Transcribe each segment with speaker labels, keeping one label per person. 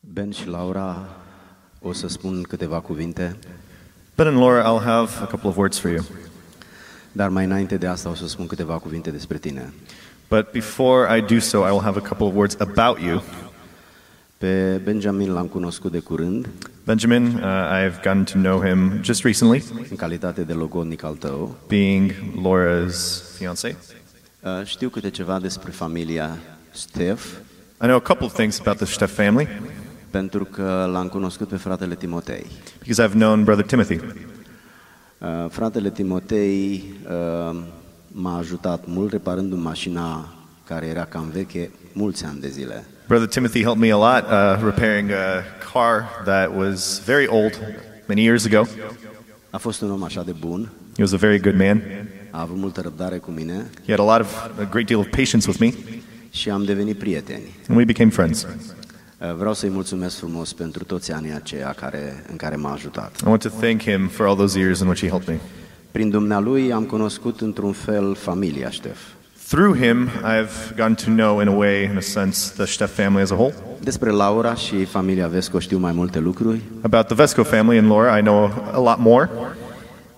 Speaker 1: Ben și Laura o să spun câteva cuvinte,
Speaker 2: Ben and Laura, I'll have a couple of words for you.
Speaker 1: dar mai înainte de asta o să spun câteva cuvinte despre tine.
Speaker 2: But before I do so, I will have a couple of words about you.
Speaker 1: Pe Benjamin l-am cunoscut de curând,
Speaker 2: Benjamin, uh, I've gotten to know him just recently,
Speaker 1: în calitate de logodnic al tău.
Speaker 2: being Laura's fiance.
Speaker 1: Uh, Știu câte ceva despre familia Stef,
Speaker 2: I know a couple of things about the Steff family
Speaker 1: pentru că l-am cunoscut pe fratele Timotei.
Speaker 2: because I've known Brother Timothy.
Speaker 1: Uh, Fratele Timotei uh, m-a ajutat mult reparându-mi mașina care era cam veche mulți ani de zile.
Speaker 2: Brother Timothy helped me a lot uh, repairing a car that was very old many years ago.
Speaker 1: A fost un om așa de bun,
Speaker 2: He was a very good man.
Speaker 1: a avut multă răbdare cu mine
Speaker 2: He had a lot of a great deal of patience with me,
Speaker 1: și am devenit prieteni.
Speaker 2: and we became friends.
Speaker 1: Uh, Vreau să-i mulțumesc frumos pentru toți anii aceia care, în care m-a ajutat.
Speaker 2: I want to thank him for all those years in which he helped me.
Speaker 1: Prin dumnealui am cunoscut într-un fel familia Ștef.
Speaker 2: Through him, I've gotten to know, in a way, in a sense, the Steff family as a whole.
Speaker 1: Despre Laura și familia Vesco știu mai multe lucruri.
Speaker 2: About the Vesco family and Laura, I know a lot more.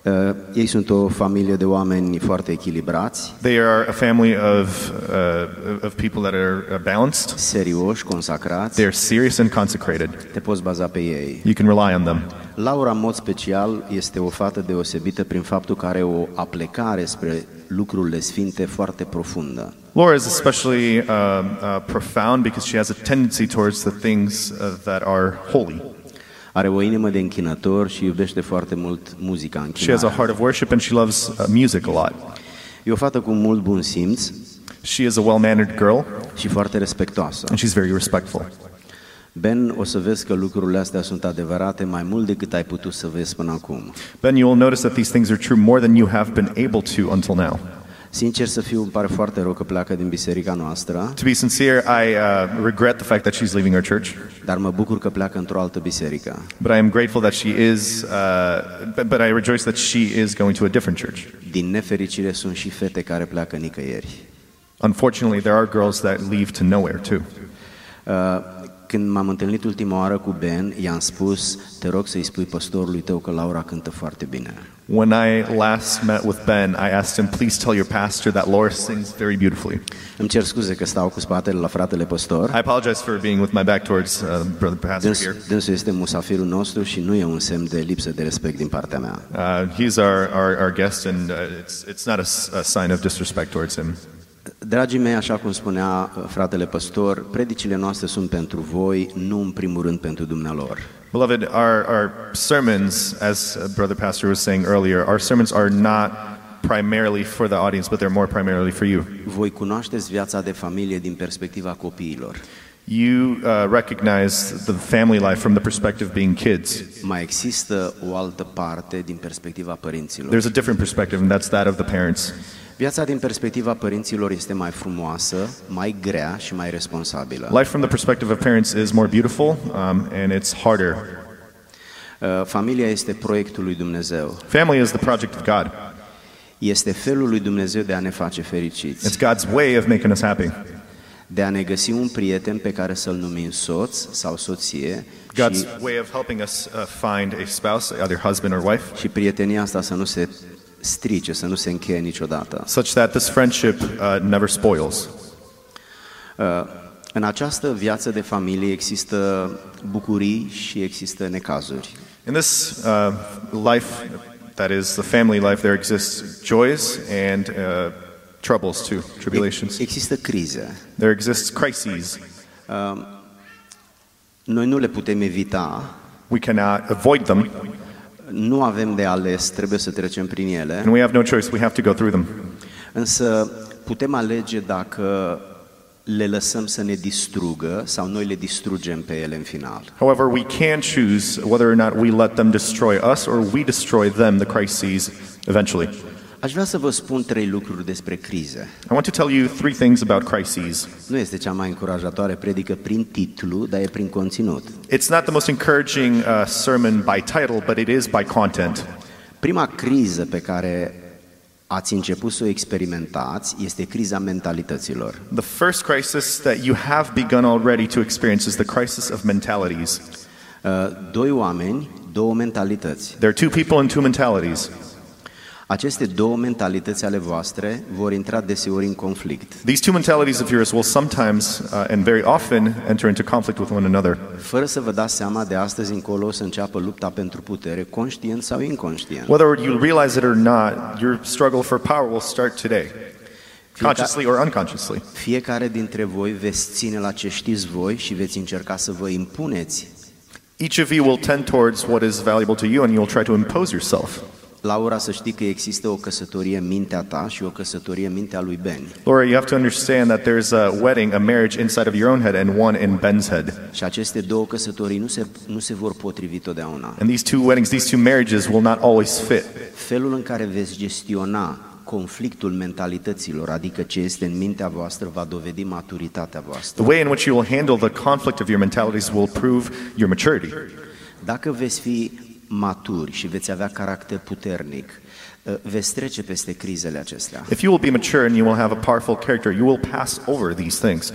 Speaker 1: Uh, Ei sunt o familie de oameni foarte echilibrați,
Speaker 2: They are a family of, uh, of people that are uh, balanced.
Speaker 1: serioși, consacrați.
Speaker 2: They are serious and consecrated.
Speaker 1: Te poți baza pe ei.
Speaker 2: You can rely on them.
Speaker 1: Laura, în mod special, este o fată deosebită prin faptul că are o aplecare spre lucrurile sfinte foarte profundă.
Speaker 2: Laura is especially um, uh, profound because she has a tendency towards the things uh, that are holy.
Speaker 1: Are o inimă de închinător și iubește foarte mult muzica
Speaker 2: She has a
Speaker 1: închinată.
Speaker 2: heart of worship and she loves uh, music a lot.
Speaker 1: E o fată cu mult bun simț
Speaker 2: She is a well mannered girl
Speaker 1: și foarte respectoasă.
Speaker 2: and she's very respectful.
Speaker 1: Ben, o să vezi că lucrurile astea sunt adevărate mai mult decât ai putut să vezi până acum.
Speaker 2: Ben, you will notice that these things are true more than you have been able to until now.
Speaker 1: Sincer să fiu, îmi pare foarte rău că pleacă din biserica noastră,
Speaker 2: To be sincere, I uh, regret the fact that she's leaving our church,
Speaker 1: dar mă bucur că pleacă într-o altă biserică.
Speaker 2: but I am grateful that she is, uh, but, but I rejoice that she is going to a different church.
Speaker 1: Din nefericire sunt și fete care pleacă nicăieri.
Speaker 2: Unfortunately, there are girls that leave to nowhere, too.
Speaker 1: Uh, Când m-am întâlnit ultima oară cu Ben, i-am spus, te rog să-i spui păstorului tău că Laura cântă foarte bine.
Speaker 2: When I last met with Ben, I asked him, please tell your pastor that Laura sings very beautifully.
Speaker 1: Îmi cer scuze că stau cu spatele la fratele păstor.
Speaker 2: I apologize for being with my back towards uh, Brother Pastor
Speaker 1: Dâns,
Speaker 2: here.
Speaker 1: dânsul este musafirul nostru și nu e un semn de lipsă de respect din partea mea.
Speaker 2: Uh, he's our, our, our guest, and uh, it's, it's not a, s- a sign of disrespect towards him.
Speaker 1: Dragii mei, așa cum spunea uh, fratele păstor, predicile noastre sunt pentru voi, nu în primul rând pentru dumnealor.
Speaker 2: Beloved, our, our sermons, as uh, Brother Pastor was saying earlier, our sermons are not primarily for the audience, but they're more primarily for you.
Speaker 1: Voi cunoașteți viața de familie din perspectiva copiilor.
Speaker 2: You uh, recognize the family life from the perspective of being kids.
Speaker 1: Mai există o altă parte din perspectiva părinților.
Speaker 2: There's a different perspective, and that's that of the parents.
Speaker 1: Viața din perspectiva părinților este mai frumoasă, mai grea și mai responsabilă.
Speaker 2: Life from the perspective of parents is more beautiful, um, and it's harder.
Speaker 1: Uh, Familia este proiectul lui Dumnezeu.
Speaker 2: Family is the project of God.
Speaker 1: Este felul lui Dumnezeu de a ne face
Speaker 2: It's
Speaker 1: fericiți,
Speaker 2: God's way of making us happy.
Speaker 1: de a ne găsi un prieten pe care să-l numim soț sau soție
Speaker 2: God's
Speaker 1: și,
Speaker 2: way of helping us uh, find a spouse, either husband or wife,
Speaker 1: și prietenia asta să nu se strice, să nu se încheie niciodată.
Speaker 2: such that this friendship uh, never spoils.
Speaker 1: Uh, În această viață de familie există bucurii și există necazuri.
Speaker 2: In this uh, life, that is the family life, there exists joys and uh, troubles too, tribulations.
Speaker 1: Există crize.
Speaker 2: There exists crises.
Speaker 1: Uh, Noi nu le putem evita,
Speaker 2: We cannot avoid them,
Speaker 1: nu avem de ales, trebuie să trecem prin ele,
Speaker 2: and we have no choice. We have to go through them.
Speaker 1: însă putem alege dacă le lăsăm să ne distrugă sau noi le distrugem pe ele în final.
Speaker 2: However, we can choose whether or not we let them destroy us or we destroy them, the crises, eventually.
Speaker 1: Aș vrea să vă spun trei lucruri despre crize.
Speaker 2: I want to tell you three things about crises.
Speaker 1: Nu este cea mai încurajatoare predică prin titlu, dar e prin conținut.
Speaker 2: It's not the most encouraging uh, sermon by title, but it is by content.
Speaker 1: Prima criză pe care ați început să o experimentați este criza mentalităților.
Speaker 2: The first crisis that you have begun already to experience is the crisis of mentalities.
Speaker 1: Uh, Doi oameni, două mentalități.
Speaker 2: There are two people and two mentalities.
Speaker 1: Aceste două mentalități ale voastre vor intra deseori în conflict,
Speaker 2: These two mentalities of yours will sometimes uh, and very often enter into conflict with one another.
Speaker 1: fără să vă dați seama de astăzi încolo o să înceapă lupta pentru putere, conștient sau inconștient.
Speaker 2: Whether you realize it or not, your struggle for power will start today,
Speaker 1: Fiecare,
Speaker 2: consciously or unconsciously.
Speaker 1: fiecare dintre voi veți ține la ce știți voi și veți încerca să vă impuneți.
Speaker 2: Each of you will tend towards what is valuable to you and you'll try to impose yourself.
Speaker 1: Laura, să știi că există o căsătorie în mintea ta și o căsătorie în mintea lui Ben.
Speaker 2: Laura, you have to understand that there's a wedding, a marriage inside of your own head and one in Ben's head.
Speaker 1: Și aceste două căsătorii nu se, nu se vor potrivi totdeauna.
Speaker 2: And these two weddings, these two marriages will not always fit.
Speaker 1: Felul în care veți gestiona conflictul mentalităților, adică ce este în mintea voastră, va dovedi maturitatea voastră.
Speaker 2: The way in which you will handle the conflict of your mentalities will prove your maturity.
Speaker 1: Dacă veți fi maturi și veți avea caracter puternic, ă, veți trece peste crizele acestea.
Speaker 2: If you will be mature and you will have a powerful character, you will pass over these things.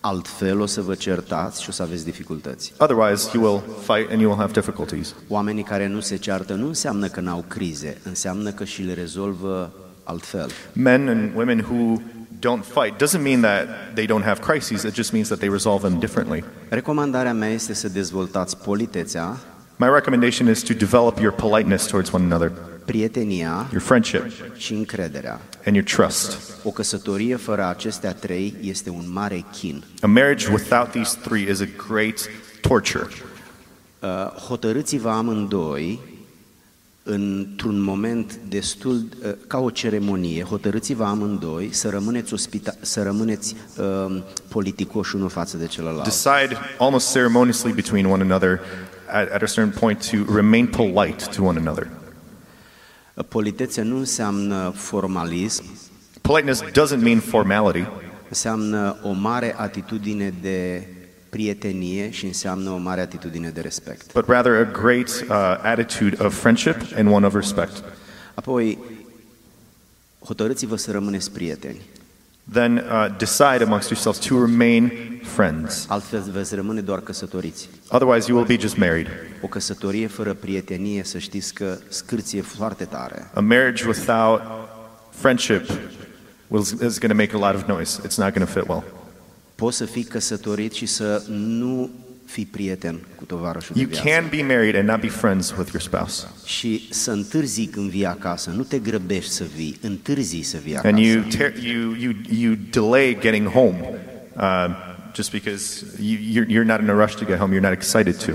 Speaker 1: Altfel o să vă certați și o să aveți dificultăți.
Speaker 2: Otherwise, you will fight and you will have difficulties.
Speaker 1: Oamenii care nu se ceartă nu înseamnă că n-au crize, înseamnă că și le rezolvă altfel.
Speaker 2: Men and women who don't fight doesn't mean that they don't have crises, it just means that they resolve them differently.
Speaker 1: Recomandarea mea este să dezvoltați politețea,
Speaker 2: My recommendation is to develop your politeness towards one another,
Speaker 1: prietenia
Speaker 2: your friendship,
Speaker 1: și încrederea.
Speaker 2: and your trust.
Speaker 1: O căsătorie fără acestea trei este un mare chin.
Speaker 2: A marriage without these three is a great torture.
Speaker 1: Uh, Hotărâți-vă amândoi într-un moment destul uh, ca o ceremonie, hotărâți-vă amândoi să rămâneți, ospita- să rămâneți uh, politicoși unul față de celălalt.
Speaker 2: Decide almost ceremoniously between one another at, at a certain point to remain polite to one another.
Speaker 1: Uh, Politețe nu înseamnă formalism,
Speaker 2: Politeness doesn't mean formality.
Speaker 1: înseamnă o mare atitudine de prietenie și înseamnă o mare atitudine de respect.
Speaker 2: but rather a great uh, attitude of friendship and one of respect.
Speaker 1: Apoi, hotărâți-vă să rămâneți prieteni,
Speaker 2: Then uh, decide amongst yourselves to remain friends.
Speaker 1: altfel veți rămâne doar căsătoriți.
Speaker 2: Otherwise, you will be just married.
Speaker 1: O căsătorie fără prietenie, să știți că scârție foarte tare.
Speaker 2: A marriage without friendship was, is going to make a lot of noise. It's not going to fit well.
Speaker 1: Poți să fii căsătorit și să nu fii prieten cu tovarășul de
Speaker 2: You
Speaker 1: viață
Speaker 2: can be married and not be friends with your spouse.
Speaker 1: și să întârzi când vii acasă, nu te grăbești să vii, întârzi să vii acasă.
Speaker 2: And you, tear, you, you, you delay getting home uh, just because you, you're, you're not in a rush to get home. You're not excited to.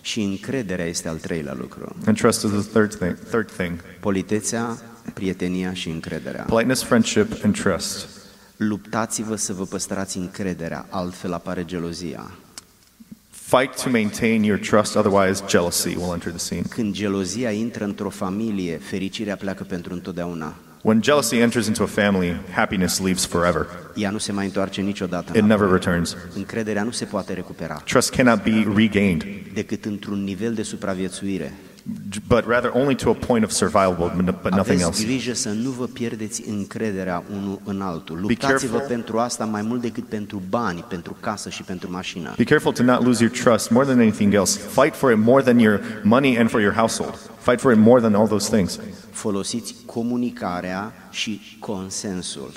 Speaker 1: Și încrederea este al treilea lucru.
Speaker 2: And trust is the third thing. Third thing.
Speaker 1: Politețea, prietenia și încrederea.
Speaker 2: Politeness, friendship, and trust.
Speaker 1: Luptați-vă să vă păstrați încrederea, altfel apare gelozia.
Speaker 2: Fight to maintain your trust, otherwise, jealousy will enter the scene.
Speaker 1: Când gelozia intră într-o familie, fericirea pleacă pentru întotdeauna.
Speaker 2: When jealousy enters into a family, happiness leaves forever.
Speaker 1: Ea nu se mai întoarce niciodată.
Speaker 2: It
Speaker 1: înapoi.
Speaker 2: never returns.
Speaker 1: Încrederea nu se poate recupera
Speaker 2: Trust cannot be regained,
Speaker 1: decât într-un nivel de supraviețuire.
Speaker 2: j- but rather only to a point of survival, but- but nothing
Speaker 1: Aveți
Speaker 2: else.
Speaker 1: grijă să nu vă pierdeți încrederea unul în altul.
Speaker 2: careful.
Speaker 1: Luptați-vă pentru asta mai mult decât pentru bani, pentru casă și pentru mașină.
Speaker 2: Be careful to not lose your trust more than anything else. Fight for it more than your money and for your household. Fight for it more than all those things.
Speaker 1: Folosiți comunicarea și consensul.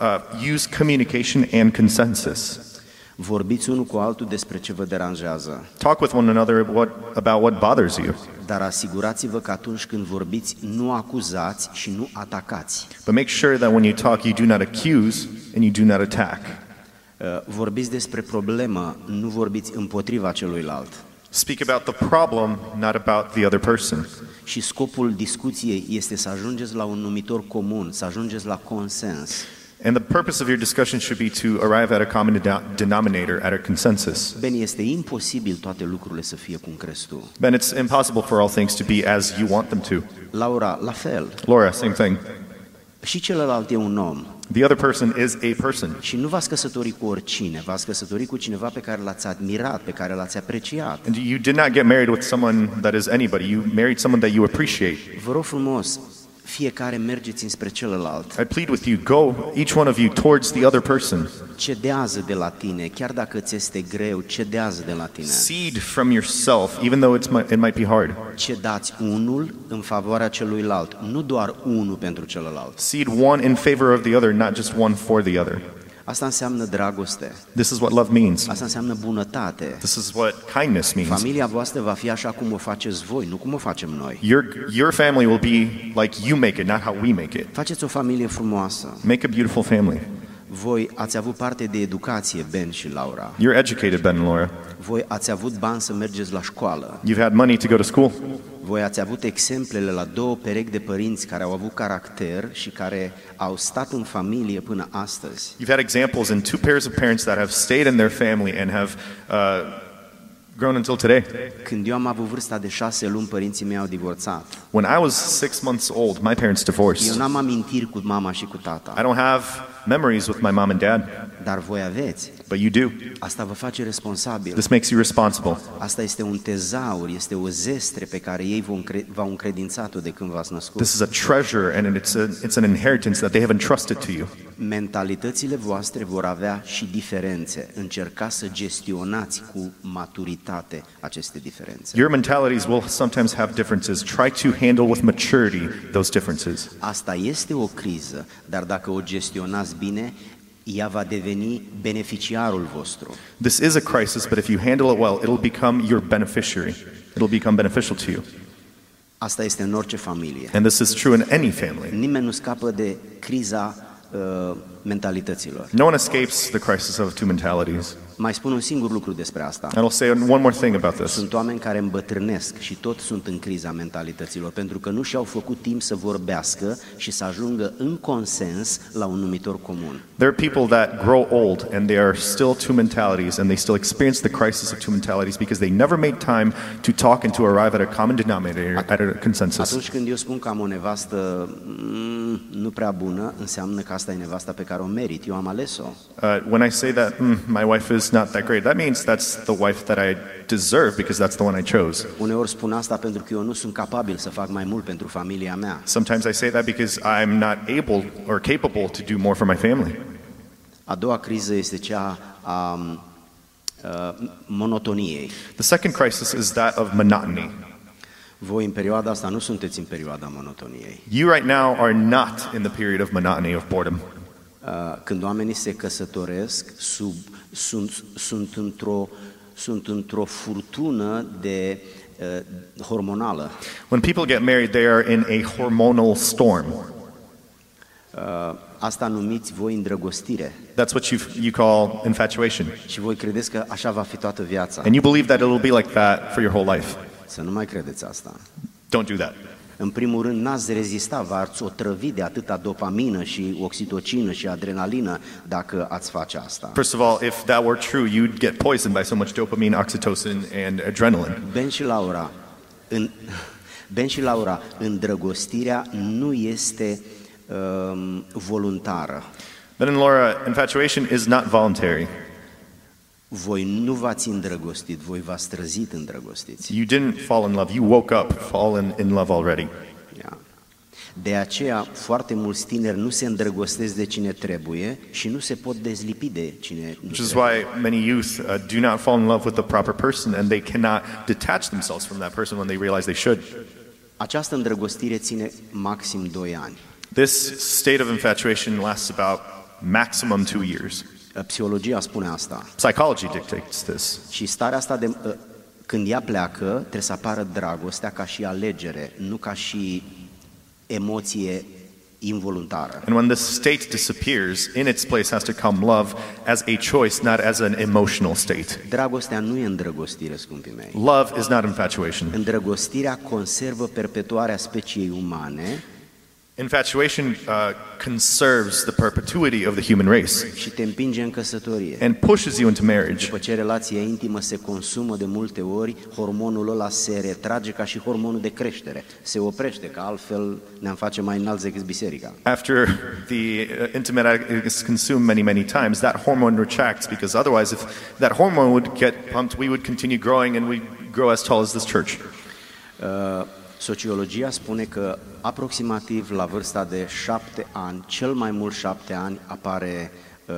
Speaker 2: Uh, use communication and consensus.
Speaker 1: Vorbiți unul cu altul despre ce vă deranjează,
Speaker 2: Talk with one another what, about what bothers you,
Speaker 1: dar asigurați-vă că atunci când vorbiți nu acuzați și nu atacați.
Speaker 2: but make sure that when you talk, you do not accuse and you do not attack.
Speaker 1: Uh, Vorbiți despre problemă, nu vorbiți împotriva celuilalt.
Speaker 2: Speak about the problem, not about the other person.
Speaker 1: Și scopul discuției este să ajungeți la un numitor comun, să ajungeți la consens.
Speaker 2: And the purpose of your discussion should be to arrive at a common denom- denominator, at a consensus.
Speaker 1: Ben, este imposibil toate lucrurile să fie cum crezi tu.
Speaker 2: Then it's impossible for all things to be as you want them to.
Speaker 1: Laura, la fel.
Speaker 2: Laura, same thing.
Speaker 1: Și celălalt e un om.
Speaker 2: The other person is a person.
Speaker 1: Și nu v-ați căsătorit cu oricine, v-ați căsătorit cu cineva pe care l-ați admirat, pe care l-ați apreciat.
Speaker 2: And you did not get married with someone that is anybody. You married someone that you appreciate.
Speaker 1: Vă rog frumos, fiecare mergeți înspre celălalt.
Speaker 2: I plead with you, go, each one of you, towards the other person.
Speaker 1: Cedează de la tine, chiar dacă ți este greu, cedează de la tine.
Speaker 2: Seed from yourself, even though it's, mi- it might be hard.
Speaker 1: Cedați unul în favoarea celuilalt, nu doar unul pentru celălalt.
Speaker 2: Seed one in favor of the other, not just one for the other.
Speaker 1: Asta înseamnă dragoste,
Speaker 2: This is what love means.
Speaker 1: asta înseamnă bunătate.
Speaker 2: This is what kindness means.
Speaker 1: Familia voastră va fi așa cum o faceți voi, nu cum o facem noi.
Speaker 2: Your, your family will be like you make it, not how we make it.
Speaker 1: Faceți o familie frumoasă.
Speaker 2: Make a beautiful family.
Speaker 1: Voi ați avut parte de educație, Ben și Laura.
Speaker 2: You're educated, Ben and Laura.
Speaker 1: Voi ați avut bani să mergeți la școală.
Speaker 2: You've had money to go to school.
Speaker 1: Voi ați avut exemplele la două perechi de părinți care au avut caracter și care au stat în familie până astăzi.
Speaker 2: You've had examples in two pairs of parents that have stayed in their family and have uh, grown until today.
Speaker 1: Când eu am avut vârsta de șase luni, părinții mei au divorțat.
Speaker 2: When I was six months old, my parents
Speaker 1: Eu
Speaker 2: divorced.
Speaker 1: n-am amintiri cu mama și cu tata,
Speaker 2: I don't have memories with my mom and dad,
Speaker 1: dar voi aveți.
Speaker 2: but you do.
Speaker 1: Asta vă face responsabil.
Speaker 2: This makes you responsible.
Speaker 1: Asta este un tezaur, este o zestre pe care ei v-au încre- v-au încredințat-o de când v-ați născut.
Speaker 2: This is a treasure and it's, a, it's an inheritance that they have entrusted to you.
Speaker 1: Mentalitățile voastre vor avea și diferențe. Încercați să gestionați cu maturitate aceste diferențe.
Speaker 2: Your mentalities will sometimes have differences. Try to handle with maturity those differences.
Speaker 1: Asta este o criză, dar dacă o gestionați bine, ea va deveni beneficiarul vostru.
Speaker 2: This is a crisis, but if you handle it well, it'll become your beneficiary. It'll become beneficial to you.
Speaker 1: Asta este în orice familie.
Speaker 2: And this is true in any family.
Speaker 1: Nimeni nu scapă de criza uh, mentalităților.
Speaker 2: No one escapes the crisis of two mentalities.
Speaker 1: Mai spun un singur lucru despre asta.
Speaker 2: And I'll say one more thing about this.
Speaker 1: Sunt oameni care îmbătrânesc și tot sunt în criza mentalităților, pentru că nu și-au făcut timp să vorbească și să ajungă în consens la un numitor comun.
Speaker 2: There are people that grow old and they are still two mentalities and they still experience the crisis of two mentalities because they never made time to talk and to arrive at a common denominator, at a consensus.
Speaker 1: Atunci când eu spun că am o nevastă mm, nu prea bună, înseamnă că asta e nevasta pe care o merit. Eu am ales-o.
Speaker 2: Uh, when I say that "Mm, my wife is not that great, that means that's the wife that I deserve because that's the one I chose.
Speaker 1: Uneori spun asta pentru că eu nu sunt capabil să fac mai mult pentru familia mea.
Speaker 2: Sometimes I say that because I'm not able or capable to do more for my family.
Speaker 1: A doua criză este cea a, um, a monotoniei.
Speaker 2: The second crisis is that of monotony.
Speaker 1: Voi în perioada asta nu sunteți în perioada monotoniei.
Speaker 2: You right now are not in the period of monotony, of boredom.
Speaker 1: Uh, când oamenii se căsătoresc, sub, sunt, sunt, într-o, sunt într-o furtună de uh, hormonală.
Speaker 2: When people get married, they are in a hormonal storm.
Speaker 1: Uh, asta numiți voi îndrăgostire
Speaker 2: That's what you, you call infatuation.
Speaker 1: și voi credeți că așa va fi toată viața.
Speaker 2: And you believe that it'll be like that for your whole life.
Speaker 1: Să nu mai credeți asta.
Speaker 2: Don't do that.
Speaker 1: În primul rând, n-ați rezista, v-ați otrăvi de atâta dopamină și oxitocină și adrenalină dacă ați face asta.
Speaker 2: First of all, if that were true, you'd get poisoned by so much dopamine, oxytocin, and adrenaline.
Speaker 1: Ben și Laura, în, ben și Laura, îndrăgostirea nu este um, voluntară.
Speaker 2: Then in Laura, infatuation is not voluntary.
Speaker 1: Voi nu v-ați îndrăgostit, voi v-ați trezit îndrăgostiți.
Speaker 2: You didn't fall in love. You woke up fallen in love already.
Speaker 1: Ia. De aceea, foarte mulți tineri nu se îndrăgostesc de cine trebuie și nu se pot dezlipi de cine nu
Speaker 2: Which is
Speaker 1: trebuie.
Speaker 2: why many youth uh, do not fall in love with the proper person and they cannot detach themselves from that person when they realize they should.
Speaker 1: Această îndrăgostire ține maxim 2 ani.
Speaker 2: This state of infatuation lasts about maximum two years.
Speaker 1: Ă, Psihologia spune asta.
Speaker 2: Psychology dictates this.
Speaker 1: Și starea asta de ă, când ea pleacă, trebuie să apară dragostea ca și alegere, nu ca și emoție involuntară.
Speaker 2: And when this state disappears, in its place has to come love as a choice, not as an emotional state.
Speaker 1: Dragostea nu e îndrăgostire, scumpii mei.
Speaker 2: Love is not infatuation.
Speaker 1: Îndrăgostirea conservă perpetuarea speciei umane
Speaker 2: Infatuation uh, conserves the perpetuity of the human race
Speaker 1: și te împinge în căsătorie.
Speaker 2: and pushes you into marriage.
Speaker 1: După ce relația intimă se consumă de multe ori, hormonul ăla se retrage ca și hormonul de creștere. Se oprește, că altfel ne-am face mai înalți decât biserica.
Speaker 2: After the uh, intimate act is consumed many, many times, that hormone retracts because otherwise, if that hormone would get pumped, we would continue growing and we'd grow as tall as this church.
Speaker 1: Sociologia spune că aproximativ la vârsta de șapte ani, cel mai mult șapte ani, apare uh,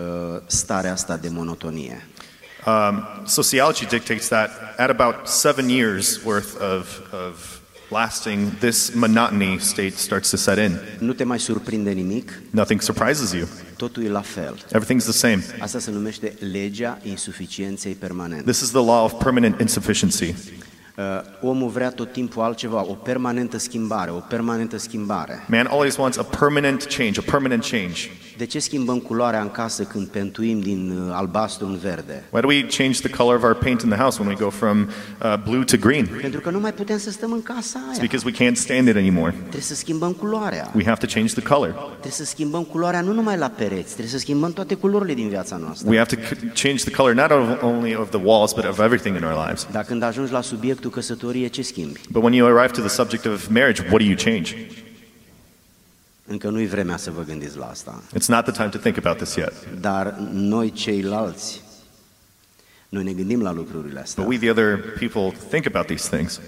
Speaker 1: starea asta de monotonie.
Speaker 2: Um, sociology dictates that at about seven years worth of, of lasting, this monotony state starts to set in.
Speaker 1: Nu te mai surprinde nimic,
Speaker 2: Nothing surprises you,
Speaker 1: totul e la fel.
Speaker 2: everything's the same.
Speaker 1: Asta se numește legea insuficienței permanente.
Speaker 2: This is the law of permanent insufficiency.
Speaker 1: Uh, omul vrea tot timpul altceva, o permanentă schimbare, o permanentă schimbare.
Speaker 2: Man always wants a permanent change, a permanent change.
Speaker 1: De ce schimbăm culoarea în casă când pentuim din uh, albastru în verde?
Speaker 2: Why do we change the color of our paint in the house when we go from uh, blue to green?
Speaker 1: Pentru că nu mai putem să stăm în casa
Speaker 2: It's
Speaker 1: aia.
Speaker 2: because we can't stand it anymore.
Speaker 1: Trebuie să schimbăm culoarea.
Speaker 2: We have to change the color.
Speaker 1: Trebuie să schimbăm culoarea nu numai la pereți, trebuie să schimbăm toate culorile din viața noastră.
Speaker 2: We have to c- change the color not of, only of the walls, but of everything in our lives.
Speaker 1: Dar când ajungi la subiectul căsătorie, ce schimbi?
Speaker 2: But when you arrive to the subject of marriage, what do you change?
Speaker 1: Încă nu-i vremea să vă gândiți la asta.
Speaker 2: It's not the time to think about this yet.
Speaker 1: Dar noi ceilalți, noi ne gândim la lucrurile astea.
Speaker 2: But we, the other people, think about these things.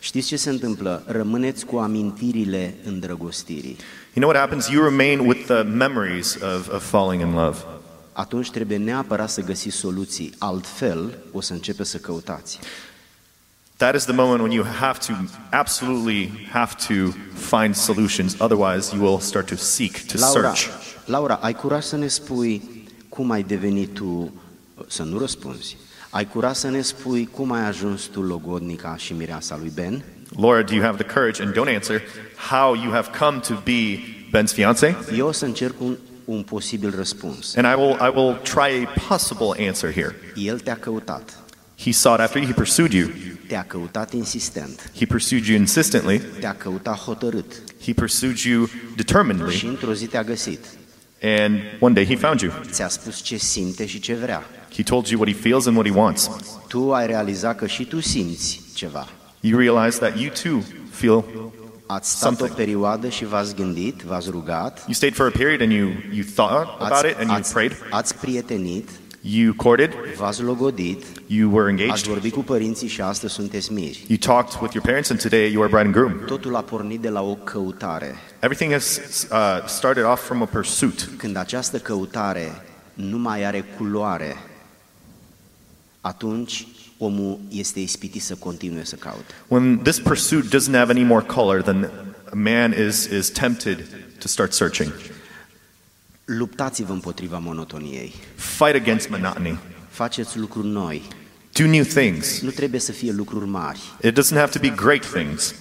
Speaker 1: Știți ce se întâmplă? Rămâneți cu amintirile îndrăgostirii.
Speaker 2: You know what happens? You remain with the memories of, of falling in love.
Speaker 1: Atunci trebuie neapărat să găsiți soluții, altfel o să începe să căutați.
Speaker 2: That is the moment when you have to absolutely have to find solutions. Otherwise, you will start to seek, to
Speaker 1: Laura,
Speaker 2: search.
Speaker 1: Laura, ai curaj să ne spui cum ai devenit tu, să nu răspunzi, ai curaj să ne spui cum ai ajuns tu logodnica și mireasa lui Ben?
Speaker 2: Laura, do you have the courage, and don't answer, how you have come to be Ben's fiance?
Speaker 1: Eu o să încerc un, un posibil răspuns.
Speaker 2: And I will, I will try a possible answer here.
Speaker 1: El te-a căutat,
Speaker 2: He sought after you, he pursued you.
Speaker 1: te-a căutat insistent,
Speaker 2: He pursued you insistently,
Speaker 1: te-a căutat hotărât
Speaker 2: he pursued you
Speaker 1: și
Speaker 2: determinedly,
Speaker 1: într-o zi te-a găsit.
Speaker 2: and one day he found you.
Speaker 1: Ți-a spus ce simte și ce vrea.
Speaker 2: He told you what he feels and what he wants.
Speaker 1: Tu ai realizat că și tu simți ceva.
Speaker 2: You realize that you too feel,
Speaker 1: Ați stat o
Speaker 2: Something.
Speaker 1: perioadă și v-ați gândit, v-ați rugat,
Speaker 2: you stayed for a period and you, you thought about
Speaker 1: ați,
Speaker 2: it and you
Speaker 1: ați,
Speaker 2: prayed,
Speaker 1: ați prietenit,
Speaker 2: you courted,
Speaker 1: v-ați logodit,
Speaker 2: you were
Speaker 1: ați
Speaker 2: engaged,
Speaker 1: vorbit cu părinții și astăzi sunteți miri.
Speaker 2: you talked with your parents, and today you are bride and groom.
Speaker 1: Totul a pornit de la o căutare.
Speaker 2: Everything has uh, started off from a pursuit.
Speaker 1: Când această căutare nu mai are culoare, atunci omul este ispitit să continue să caute.
Speaker 2: When this pursuit doesn't have any more color, then a man is, is tempted to start searching.
Speaker 1: Luptați-vă împotriva monotoniei.
Speaker 2: Fight against monotony.
Speaker 1: Faceți lucruri noi.
Speaker 2: Do new things.
Speaker 1: Nu trebuie să fie lucruri mari.
Speaker 2: It doesn't have to be great things.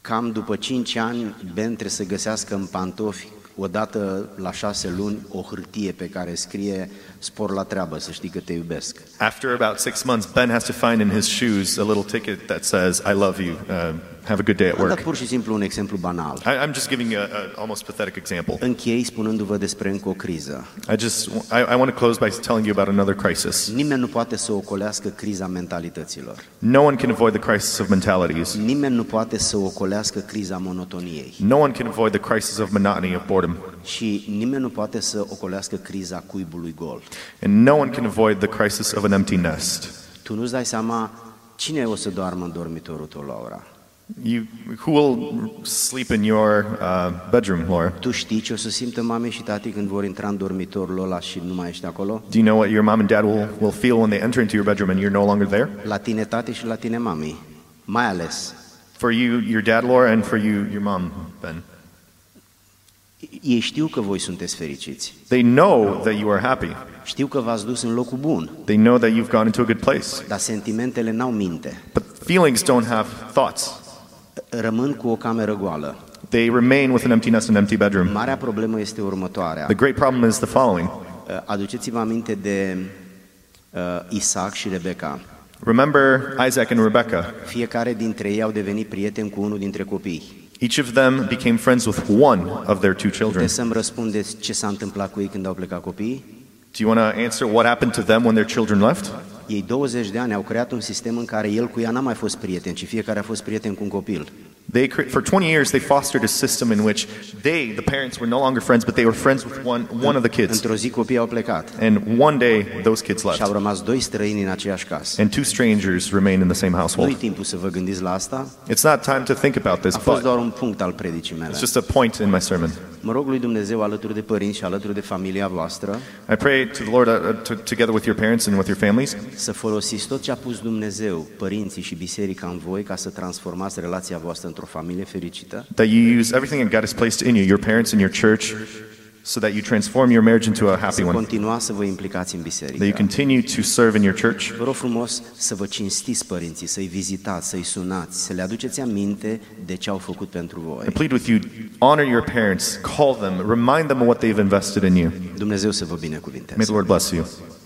Speaker 1: Cam după 5 ani, Ben trebuie să găsească în pantofi, odată la 6 luni, o hârtie pe care scrie spor la treabă, să știi că te iubesc.
Speaker 2: After about six months, Ben has to find in his shoes a little ticket that says, I love you. Uh, have a good day at
Speaker 1: Am dat
Speaker 2: work.
Speaker 1: pur și simplu un exemplu banal.
Speaker 2: I, I'm just giving an almost pathetic example.
Speaker 1: Închei spunându-vă despre încă o criză.
Speaker 2: I just I, I want to close by telling you about another crisis.
Speaker 1: Nimeni nu poate să ocolească criza mentalităților.
Speaker 2: No one can avoid the crisis of mentalities.
Speaker 1: Nimeni nu poate să ocolească criza monotoniei.
Speaker 2: No one can avoid the crisis of monotony, of boredom.
Speaker 1: Și nimeni nu poate să ocolească criza cuibului gol.
Speaker 2: And no one can avoid the crisis of an empty nest.
Speaker 1: Tu nu-ți dai seama cine o să doarmă în dormitorul tău, Laura.
Speaker 2: You, who will sleep in your uh, bedroom, Laura?
Speaker 1: Tu știi ce o să simtă mame și tati când vor intra în dormitorul ăla și nu mai ești acolo?
Speaker 2: Do you know what your mom and dad will, will feel when they enter into your bedroom and you're no longer there?
Speaker 1: La tine tati și la tine mami. Mai ales,
Speaker 2: For you, your dad, Laura, and for you, your mom, Ben.
Speaker 1: ei știu că voi sunteți fericiți.
Speaker 2: They know that you are happy.
Speaker 1: Știu că v-ați dus în locul bun,
Speaker 2: They know that you've gone into a good place.
Speaker 1: dar sentimentele n-au minte.
Speaker 2: But feelings don't have thoughts.
Speaker 1: Rămân cu o cameră goală.
Speaker 2: They remain with an empty nest and empty bedroom.
Speaker 1: Marea problemă este următoarea.
Speaker 2: The great problem is the following.
Speaker 1: Aduceți-vă aminte de uh, Isaac și Rebecca.
Speaker 2: Remember Isaac and Rebekah.
Speaker 1: Fiecare dintre ei au devenit prieteni cu unul dintre copii.
Speaker 2: Each of them became friends with one of their two children.
Speaker 1: Puteți să-mi răspundeți ce s-a întâmplat cu ei când au plecat copiii?
Speaker 2: Do you want to answer what happened to them when their children left?
Speaker 1: Ei 20 de ani au creat un sistem în care el cu ea n-a mai fost prieten, ci fiecare a fost prieten cu un copil.
Speaker 2: They, cre- for 20 years, they fostered a system in which they, the parents, were no longer friends, but they were friends with one, one of the kids.
Speaker 1: Într-o zi copiii au plecat
Speaker 2: And one day, those kids
Speaker 1: și au
Speaker 2: left.
Speaker 1: rămas doi străini în aceeași casă.
Speaker 2: And two strangers remained in the same
Speaker 1: Nu-i
Speaker 2: household.
Speaker 1: timpul să vă gândiți la asta,
Speaker 2: It's not time to think about this,
Speaker 1: a fost
Speaker 2: but
Speaker 1: doar un punct al predicii mele.
Speaker 2: it's just a point in my sermon.
Speaker 1: Mă rog lui Dumnezeu alături de părinți și alături de familia voastră
Speaker 2: I pray to the Lord, uh, uh, to, together with your parents and with your families,
Speaker 1: să folosiți tot ce a pus Dumnezeu, părinții și biserica în voi ca să transformați relația voastră într-o familie fericită,
Speaker 2: that you use everything that God has placed in you, your parents and your church, so that you transform your marriage into a happy
Speaker 1: să
Speaker 2: one,
Speaker 1: continuați să vă implicați în
Speaker 2: that you
Speaker 1: biserică.
Speaker 2: continue to serve in your church.
Speaker 1: Vă rog frumos să vă cinstiți părinții, să-i vizitați, să-i sunați, să le aduceți aminte de ce au făcut pentru
Speaker 2: I
Speaker 1: voi.
Speaker 2: plead with you, honor your parents, call them, remind them of what they've invested in you.
Speaker 1: Dumnezeu să vă binecuvinteze.
Speaker 2: May the Lord bless you.